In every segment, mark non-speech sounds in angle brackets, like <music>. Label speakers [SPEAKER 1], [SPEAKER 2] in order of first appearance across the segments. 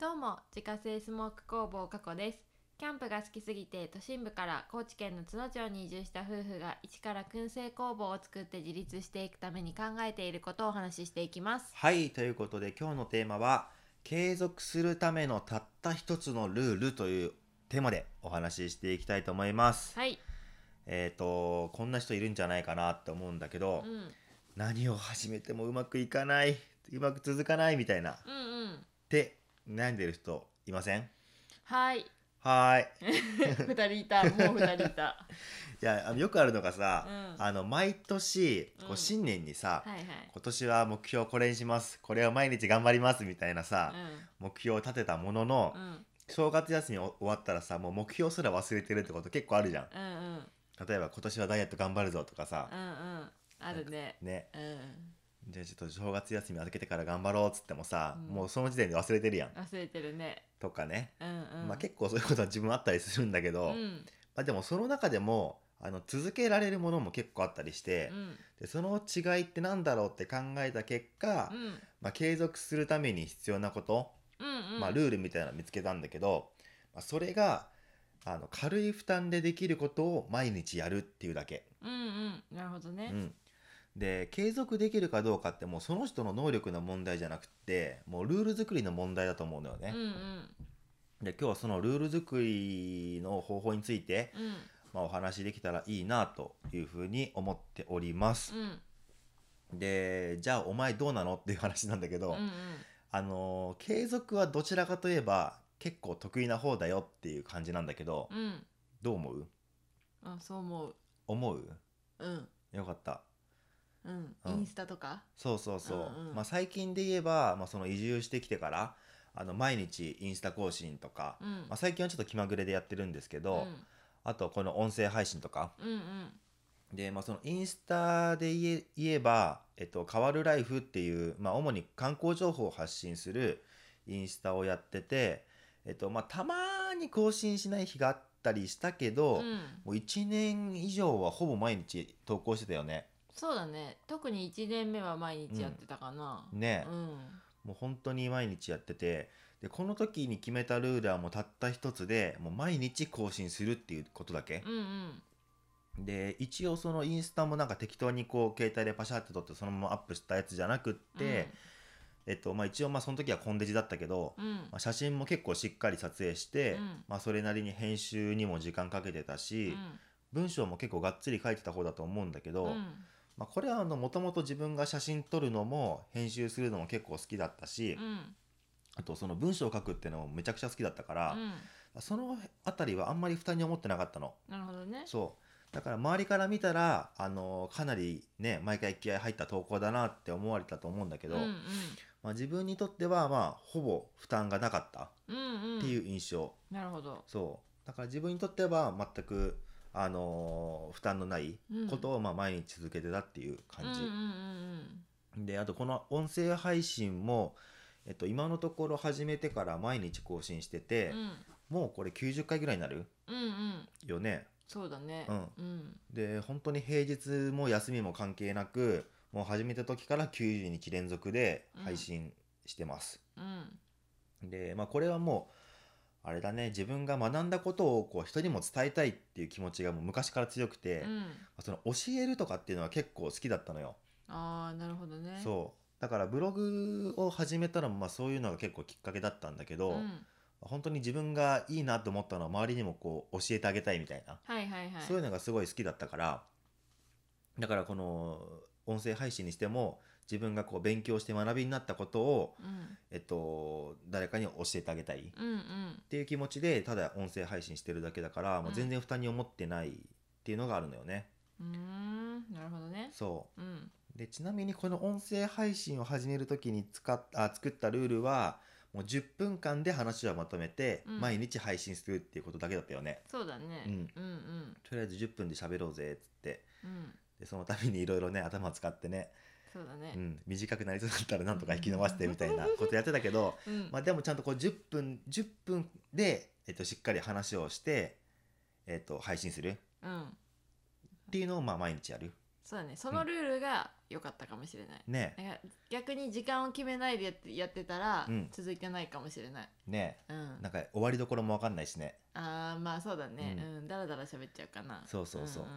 [SPEAKER 1] どうも自家製スモーク工房加古ですキャンプが好きすぎて都心部から高知県の津野町に移住した夫婦が一から燻製工房を作って自立していくために考えていることをお話ししていきます
[SPEAKER 2] はい、ということで今日のテーマは継続するためのたった一つのルールというテーマでお話ししていきたいと思います。
[SPEAKER 1] はい、
[SPEAKER 2] えっ、とこんな人いるんじゃないかなって思うんだけど、
[SPEAKER 1] うん、うん
[SPEAKER 2] 何を始めてもうまくいかないうまく続かないみたいなっ
[SPEAKER 1] うん
[SPEAKER 2] て悩んでる人いません
[SPEAKER 1] はい <laughs>
[SPEAKER 2] はーい。
[SPEAKER 1] 2人い <laughs> たもう2人いた
[SPEAKER 2] いやあのよくあるのが
[SPEAKER 1] う
[SPEAKER 2] さ、
[SPEAKER 1] ん
[SPEAKER 2] あの毎年こ
[SPEAKER 1] うん
[SPEAKER 2] う新年にさ、
[SPEAKER 1] はいはい
[SPEAKER 2] 今年は目標これにしますこれを毎日頑張りますみたいなさ、
[SPEAKER 1] う
[SPEAKER 2] 目標を立てたものの、
[SPEAKER 1] んうん
[SPEAKER 2] 正月休み終わったらさもう目標すら忘れてるってこと結構あるじゃん
[SPEAKER 1] うんうん
[SPEAKER 2] 例えば今年はダイエット頑張るぞとかさ
[SPEAKER 1] う、んうんあるね
[SPEAKER 2] ね
[SPEAKER 1] うん
[SPEAKER 2] じゃあちょっと正月休み明けてから頑張ろうっつってもさ、
[SPEAKER 1] うん
[SPEAKER 2] もうその時点で忘れてるやん
[SPEAKER 1] 忘れてるね
[SPEAKER 2] とかね、
[SPEAKER 1] うんうん
[SPEAKER 2] まあ結構そういうことは自分あったりするんだけど、
[SPEAKER 1] う
[SPEAKER 2] ま
[SPEAKER 1] ん
[SPEAKER 2] あ、でもその中でもあの続けられるものも結構あったりして、
[SPEAKER 1] うん
[SPEAKER 2] でその違いってなんだろうって考えた結果、
[SPEAKER 1] うん
[SPEAKER 2] まあ、継続するために必要なこと、
[SPEAKER 1] うんうん
[SPEAKER 2] まあ、ルールみたいなの見つけたんだけど、まあ、それがあの軽い負担でできることを毎日やるっていうだけ、
[SPEAKER 1] うんうんなるほど
[SPEAKER 2] う
[SPEAKER 1] ね
[SPEAKER 2] ん、で継続できるかどうかってもうその人の能力の問題じゃなくってもうルール作りの問題だと思うのよ
[SPEAKER 1] う
[SPEAKER 2] ね
[SPEAKER 1] ん、うん
[SPEAKER 2] で今日はそのルール作りの方法について、
[SPEAKER 1] うん
[SPEAKER 2] まあ、お話しできたらいいなというふうに思っております、
[SPEAKER 1] うん
[SPEAKER 2] でじゃあお前どうなのっていう話なんだけど、
[SPEAKER 1] うんうん
[SPEAKER 2] あのー継続はどちらかといえば結構得意な方だよっていう感じなんだけど、
[SPEAKER 1] うん
[SPEAKER 2] どう思う
[SPEAKER 1] あそう思う
[SPEAKER 2] 思う
[SPEAKER 1] うん
[SPEAKER 2] よかった
[SPEAKER 1] うん
[SPEAKER 2] うん
[SPEAKER 1] インスタとか
[SPEAKER 2] そうそうそう、
[SPEAKER 1] うんうん
[SPEAKER 2] まあ、最近で言えば、まあ、その移住してきてからあの毎日インスタ更新とか、
[SPEAKER 1] うん
[SPEAKER 2] まあ、最近はちょっと気まぐれでやってるんですけ
[SPEAKER 1] う
[SPEAKER 2] ど、
[SPEAKER 1] ん
[SPEAKER 2] あとこの音声配信とか
[SPEAKER 1] うんうん
[SPEAKER 2] で、まあ、そのインスタで言え言えば、えっと、変わるライフっていう、まあ、主に観光情報を発信するインスタをやってて、えっとまあ、たまに更新しない日があったりしたけど、
[SPEAKER 1] うん
[SPEAKER 2] もう1年以上はほぼ毎日投稿してたよね。
[SPEAKER 1] そうだね特に一年目は毎日やってたかな
[SPEAKER 2] ね、
[SPEAKER 1] うん
[SPEAKER 2] もう本当に毎日やっててでこの時に決めたルールはもうたった一つでもう毎日更新するっていうことだけ
[SPEAKER 1] う、んうん
[SPEAKER 2] で一応そのインスタもなんか適当にこう携帯でパシャって撮ってそのままアップしたやつじゃなくって、えっとまあ、一応まあその時はコンデジだったけど、
[SPEAKER 1] うんうん
[SPEAKER 2] まあ、写真も結構しっかり撮影して、
[SPEAKER 1] うん
[SPEAKER 2] まあ、それなりに編集にも時間かけてたし、文章も結構がっつり書いてた方だと思うんだけど、
[SPEAKER 1] うんうん
[SPEAKER 2] まあ、これはもともと自分が写真撮るのも編集するのも結構好きだったし、
[SPEAKER 1] うん
[SPEAKER 2] あとその文章を書くっていうのもめちゃくちゃ好きだったから
[SPEAKER 1] う、ん
[SPEAKER 2] そのあたりはあんまり負担に思ってなかったの
[SPEAKER 1] なるほどね
[SPEAKER 2] そうだから周りから見たら、あのかなりね毎回気合入った投稿だなって思われたと思うんだけど、
[SPEAKER 1] うん
[SPEAKER 2] まあ、自分にとってはまあほぼ負担がなかった
[SPEAKER 1] うんうんうん
[SPEAKER 2] っていう印象、
[SPEAKER 1] なるほど
[SPEAKER 2] そうだから自分にとっては全く、あのー負担のないことをまあ毎日続けてたっていう感じ、
[SPEAKER 1] うんうんうん
[SPEAKER 2] であとこの音声配信も、えっと、今のところ始めてから毎日更新してて
[SPEAKER 1] うん、
[SPEAKER 2] もうこれ90回ぐらいになる
[SPEAKER 1] うんうんうん
[SPEAKER 2] よね
[SPEAKER 1] そうだね
[SPEAKER 2] うん
[SPEAKER 1] うん
[SPEAKER 2] で本当に平日も休みも関係なくもう始めた時から90日連続で配信してます、
[SPEAKER 1] うん
[SPEAKER 2] でまあこれはもうあれだね自分が学んだことをこう人にも伝えたいっていう気持ちがもう昔から強くて、
[SPEAKER 1] うん
[SPEAKER 2] その教えるとかっていうのは結構好きだったのよ、
[SPEAKER 1] ああなるほどね
[SPEAKER 2] そうだからブログを始めたのもまあそういうのが結構きっかけだったんだけど、
[SPEAKER 1] うん
[SPEAKER 2] 本当に自分がいいなと思ったのは周りにもこう教えてあげたいみたいな、
[SPEAKER 1] はいはいはい
[SPEAKER 2] そういうのがすごい好きだったからだからこの音声配信にしても自分がこう勉強して学びになったことを、
[SPEAKER 1] うん
[SPEAKER 2] えっと、誰かに教えてあげたいっ
[SPEAKER 1] うんうん
[SPEAKER 2] ていう気持ちでただ音声配信してるだけだから、もう
[SPEAKER 1] うん
[SPEAKER 2] 全然負担に思ってないっていうのがあるのよね。
[SPEAKER 1] うーんなるほどね
[SPEAKER 2] そ
[SPEAKER 1] うん
[SPEAKER 2] うでちなみにこの音声配信を始める時に使っあ作ったルールはもう10分間で話をまとめて
[SPEAKER 1] うん
[SPEAKER 2] 毎日配信するっていうことだけだったよね。
[SPEAKER 1] そうだね
[SPEAKER 2] うん
[SPEAKER 1] うんうん
[SPEAKER 2] とりあえず10分で喋ろうぜっつって
[SPEAKER 1] うん
[SPEAKER 2] でそのためにいろいろね頭使ってね
[SPEAKER 1] そうだ
[SPEAKER 2] う
[SPEAKER 1] ね
[SPEAKER 2] ん、短くなりそうだったらなんとか引き伸ばしてみたいなことやってたけど
[SPEAKER 1] うん
[SPEAKER 2] まあでもちゃんとこう10分10分で、えっと、しっかり話をして、えっと、配信する
[SPEAKER 1] うん
[SPEAKER 2] っていうのをまあ毎日やる
[SPEAKER 1] そうだねそのルールが良かったかもしれない、
[SPEAKER 2] ね
[SPEAKER 1] なんか逆に時間を決めないでやってやってたら、
[SPEAKER 2] うん
[SPEAKER 1] 続いてないかもしれない、
[SPEAKER 2] ね
[SPEAKER 1] うん、
[SPEAKER 2] なんか終わりどころも分かんないしね
[SPEAKER 1] あーまあそうだね
[SPEAKER 2] う
[SPEAKER 1] うんん、だらだら喋っちゃうかな
[SPEAKER 2] そうそうそう、
[SPEAKER 1] んん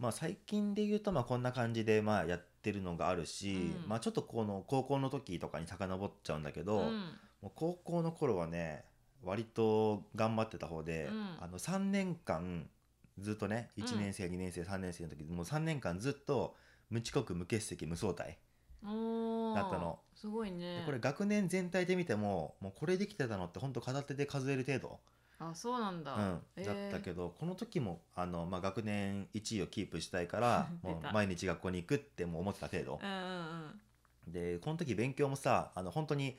[SPEAKER 2] まあ最近で言うとまあこんな感じでまあやってるのがあるし、
[SPEAKER 1] うん
[SPEAKER 2] まあちょっとこの高校の時とかに遡っちゃうんだけど、
[SPEAKER 1] うん
[SPEAKER 2] もう高校の頃はね割と頑張ってた方で、
[SPEAKER 1] うん
[SPEAKER 2] あの3年間ずっとね
[SPEAKER 1] うん
[SPEAKER 2] 1年生、2年生3年生の時もう3年間ずっと無遅刻無欠席無早退、
[SPEAKER 1] おー
[SPEAKER 2] だったの
[SPEAKER 1] すごいね
[SPEAKER 2] これ学年全体で見てももうこれできてたのってほんと片手で数える程度、
[SPEAKER 1] あそうなんだ、
[SPEAKER 2] うん
[SPEAKER 1] えー
[SPEAKER 2] だったけどこの時もあの、まあ、学年1位をキープしたいから
[SPEAKER 1] <laughs> 出
[SPEAKER 2] も
[SPEAKER 1] た
[SPEAKER 2] う毎日学校に行くってもう思ってた程度
[SPEAKER 1] う、んうん
[SPEAKER 2] でこの時勉強もさあの本当に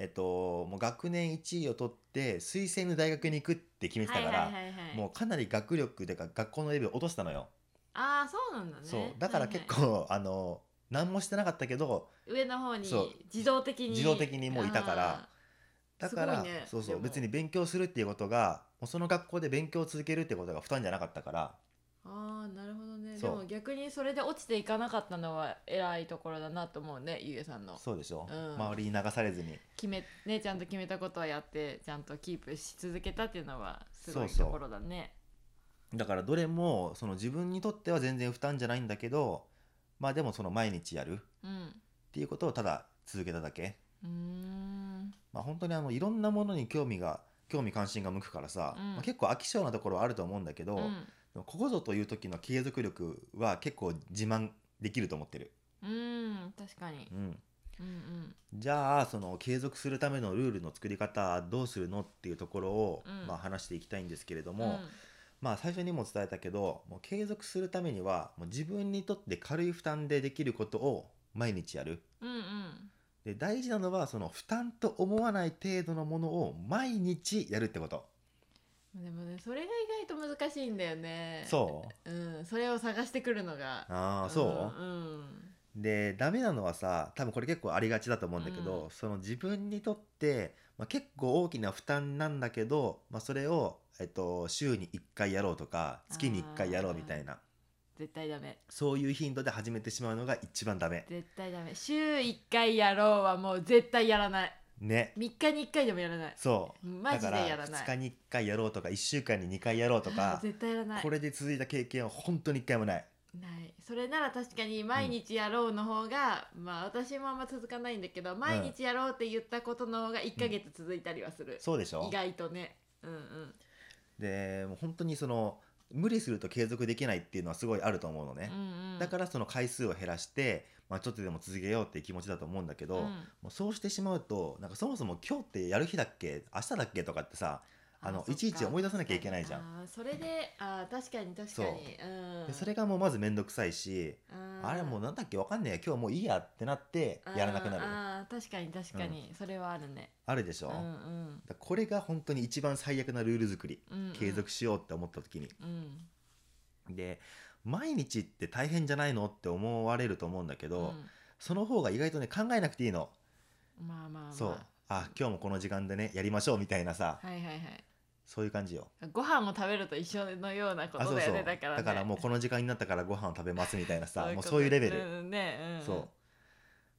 [SPEAKER 2] えっともう学年1位を取って推薦の大学に行くって決
[SPEAKER 1] う
[SPEAKER 2] め
[SPEAKER 1] ん
[SPEAKER 2] てたから、
[SPEAKER 1] はいはいはいはい、
[SPEAKER 2] もうかなり学力でか学校のレベル落としたのよ、
[SPEAKER 1] ああそうなんだね
[SPEAKER 2] そうだから結構、あの何もしてなかったけど
[SPEAKER 1] はいはい上の方に
[SPEAKER 2] そう
[SPEAKER 1] 自動的に
[SPEAKER 2] 自動的にもういたから
[SPEAKER 1] あ
[SPEAKER 2] だから、
[SPEAKER 1] すごいね
[SPEAKER 2] そうそ
[SPEAKER 1] で
[SPEAKER 2] う
[SPEAKER 1] も
[SPEAKER 2] 別に勉強するっていうことがもうその学校で勉強を続けるってことが負担じゃなかったから
[SPEAKER 1] ーあーなるほどねで
[SPEAKER 2] そう
[SPEAKER 1] も逆にそれで落ちていかなかったのは偉いところだなと思うねゆうえさんの
[SPEAKER 2] そうでしょ、
[SPEAKER 1] うん
[SPEAKER 2] 周りに流されずに
[SPEAKER 1] 決めねちゃんと決めたことはやってちゃんとキープし続けたっていうのはすごい
[SPEAKER 2] そうそう
[SPEAKER 1] ところだね
[SPEAKER 2] だからどれもその自分にとっては全然負担じゃないんだけどまあでもその毎日やる
[SPEAKER 1] うん
[SPEAKER 2] っていうことをただ続けただけ
[SPEAKER 1] うーん
[SPEAKER 2] まあ本当にあのいろんなものに興味が興味関心が向くからさ、
[SPEAKER 1] うん
[SPEAKER 2] まあ、結構飽き性なところはあると思うんだけど、
[SPEAKER 1] うん
[SPEAKER 2] でもここぞという時の継続力は結構自慢できると思ってる、
[SPEAKER 1] うん確かに
[SPEAKER 2] うん、
[SPEAKER 1] うんうん
[SPEAKER 2] じゃあその継続するためのルールの作り方どうするのっていうところを、
[SPEAKER 1] うん
[SPEAKER 2] まあ、話していきたいんですけれども、まあ最初にも伝えたけどもう継続するためにはもう自分にとって軽い負担でできることを毎日やる
[SPEAKER 1] うん、うんうん
[SPEAKER 2] で大事なのはその負担と思わない程度のものを毎日やるってこと、
[SPEAKER 1] でもねそれが意外と難しいんだよね
[SPEAKER 2] そう
[SPEAKER 1] う、うん、それを探してくるのが
[SPEAKER 2] ああそう、
[SPEAKER 1] うん、
[SPEAKER 2] でダメなのはさ多分これ結構ありがちだと思うんだけど、
[SPEAKER 1] う
[SPEAKER 2] その自分にとって、まあ、結構大きな負担なんだけど、まあ、それを、えっと、週に1回やろうとか月に1回やろうみたいな
[SPEAKER 1] 絶対ダメ
[SPEAKER 2] そういう頻度で始めてしまうのが一番ダメ
[SPEAKER 1] 絶対ダメ週一回やろうはもう絶対やらない
[SPEAKER 2] ね
[SPEAKER 1] 三日に一回でもやらない
[SPEAKER 2] そう
[SPEAKER 1] マジでやら
[SPEAKER 2] だ
[SPEAKER 1] な
[SPEAKER 2] か
[SPEAKER 1] い
[SPEAKER 2] ら2日に1回やろうとか1週間に2回やろうと
[SPEAKER 1] あー
[SPEAKER 2] か
[SPEAKER 1] 絶対やらない
[SPEAKER 2] これで続いた経験は本当に1回もない
[SPEAKER 1] ないそれなら確かに毎日やろうの方が、まあ私もあんま続かないんだけど毎日やろうって言ったことの方が1ヶ月続いたりはする、
[SPEAKER 2] そうでしょ
[SPEAKER 1] 意外とねうんうん
[SPEAKER 2] でもう本当にその無理すると継続できないっていうのはすごいあると思うのね、
[SPEAKER 1] うんうん
[SPEAKER 2] だからその回数を減らして、まあ、ちょっとでも続けようっていう気持ちだと思うんだけど、
[SPEAKER 1] うん
[SPEAKER 2] もうそうしてしまうとなんかそもそも今日ってやる日だっけ明日だっけとかってさあ
[SPEAKER 1] そ
[SPEAKER 2] の
[SPEAKER 1] っか
[SPEAKER 2] いちいち思い出さなきゃいけないじゃん
[SPEAKER 1] あーそれであー確かに確かにう、
[SPEAKER 2] で
[SPEAKER 1] ん、
[SPEAKER 2] それがもうまず面倒くさいし、
[SPEAKER 1] うん
[SPEAKER 2] あれもうなんだっけわかんねえ今日もういいやってなってやらなくなるあ
[SPEAKER 1] あー確かに確かに、それはあるね
[SPEAKER 2] るでしょ、
[SPEAKER 1] うんう
[SPEAKER 2] だか
[SPEAKER 1] ん
[SPEAKER 2] らこれが本当に一番最悪なルール作り
[SPEAKER 1] うんうん
[SPEAKER 2] 継続しようって思った時に、
[SPEAKER 1] うん
[SPEAKER 2] で毎日って大変じゃないのって思われると思うんだけど、その方が意外とね考えなくていいの
[SPEAKER 1] うんまあまあまあ
[SPEAKER 2] そうあ今日もこの時間でねやりましょうみたいなさ
[SPEAKER 1] はいはいはい
[SPEAKER 2] そういう感じよ
[SPEAKER 1] ご飯を食べると一緒のようなこ
[SPEAKER 2] あ
[SPEAKER 1] と
[SPEAKER 2] そう
[SPEAKER 1] だ
[SPEAKER 2] そ
[SPEAKER 1] よ
[SPEAKER 2] う
[SPEAKER 1] ねだからね
[SPEAKER 2] もうこの時間になったからご飯を食べますみたいなさもう
[SPEAKER 1] こと
[SPEAKER 2] そういうレベル、
[SPEAKER 1] うんねうん
[SPEAKER 2] そ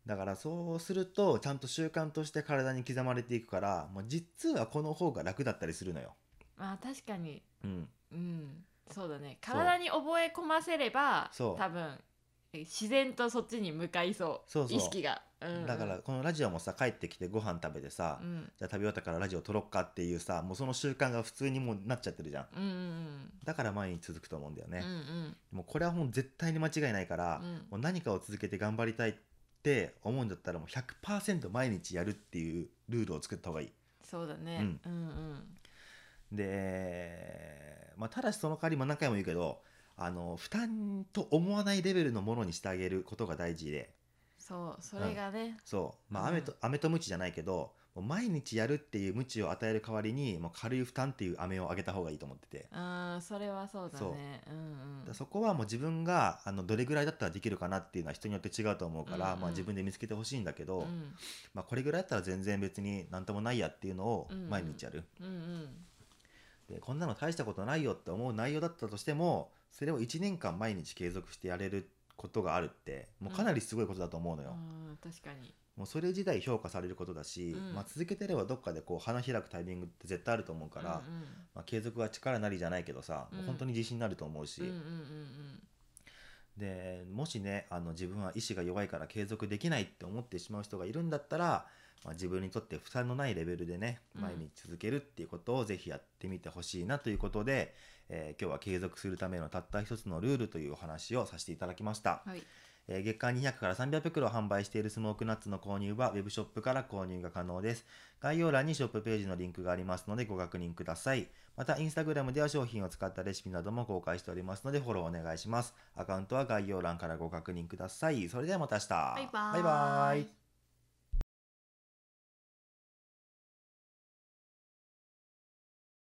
[SPEAKER 2] うだからそうするとちゃんと習慣として体に刻まれていくからもう実はこの方が楽だったりするのよ、
[SPEAKER 1] まあ確かに
[SPEAKER 2] うん、
[SPEAKER 1] うんそうだね
[SPEAKER 2] そう
[SPEAKER 1] 体に覚え込ませれば
[SPEAKER 2] そう
[SPEAKER 1] 多分え自然とそっちに向かいそう
[SPEAKER 2] そうそう
[SPEAKER 1] 意識が、うんうん
[SPEAKER 2] だからこのラジオもさ帰ってきてご飯食べてさ、
[SPEAKER 1] うん
[SPEAKER 2] じゃあ食べ終わったからラジオ撮ろっかっていうさもうその習慣が普通にもうなっちゃってるじゃん
[SPEAKER 1] うんうん
[SPEAKER 2] だから毎日続くと思うんだよ
[SPEAKER 1] うんう
[SPEAKER 2] ね、
[SPEAKER 1] ん
[SPEAKER 2] もうこれはもう絶対に間違いないから、
[SPEAKER 1] うん
[SPEAKER 2] もう何かを続けて頑張りたいって思うんだったらもう100%毎日やるっていうルールを作った方がいい。
[SPEAKER 1] そうだね、
[SPEAKER 2] う
[SPEAKER 1] う
[SPEAKER 2] ん
[SPEAKER 1] ん
[SPEAKER 2] で、まあ、ただしその代わりも何回も言うけどあの負担と思わないレベルのものにしてあげることが大事で
[SPEAKER 1] そうそれがね、
[SPEAKER 2] そう、まあ、
[SPEAKER 1] うん
[SPEAKER 2] 飴と飴とムチじゃないけどもう毎日やるっていうムチを与える代わりにもう軽い負担っていう飴をあげた方がいいと思ってて。
[SPEAKER 1] うん、それはそうだねうんうん
[SPEAKER 2] だからそこはもう自分があのどれぐらいだったらできるかなっていうのは人によって違うと思うか
[SPEAKER 1] うん
[SPEAKER 2] ら、
[SPEAKER 1] うん
[SPEAKER 2] まあ、自分で見つけてほしいんだけど、
[SPEAKER 1] うん
[SPEAKER 2] まあ、これぐらいだったら全然別に何ともないやっていうのを
[SPEAKER 1] うんうん
[SPEAKER 2] 毎日やる、
[SPEAKER 1] うんうん
[SPEAKER 2] でこんなの大したことないよって思う内容だったとしてもそれを1年間毎日継続してやれることがあるってもうかなりすごいことだと思うのよ、
[SPEAKER 1] うん確かに
[SPEAKER 2] もうそれ自体評価されることだし、
[SPEAKER 1] うん
[SPEAKER 2] まあ、続けてればどっかでこう花開くタイミングって絶対あると思うから、まあ、継続は力なりじゃないけどさ、
[SPEAKER 1] うん
[SPEAKER 2] もう本当に自信になると思うし、
[SPEAKER 1] うんうんうんうん
[SPEAKER 2] でもしねあの自分は意志が弱いから継続できないって思ってしまう人がいるんだったら、まあ、自分にとって負担のないレベルでね
[SPEAKER 1] うん
[SPEAKER 2] 毎日続けるっていうことをぜひやってみてほしいなということで、えー今日は継続するためのたった一つのルールというお話をさせていただきました、
[SPEAKER 1] うんはい
[SPEAKER 2] えー月間200から300袋販売しているスモークナッツの購入はウェブショップから購入が可能です概要欄にショップページのリンクがありますのでご確認くださいまたインスタグラムでは商品を使ったレシピなども公開しておりますのでフォローお願いしますアカウントは概要欄からご確認くださいそれではまた明日
[SPEAKER 1] バイバーイ
[SPEAKER 2] バイバーイ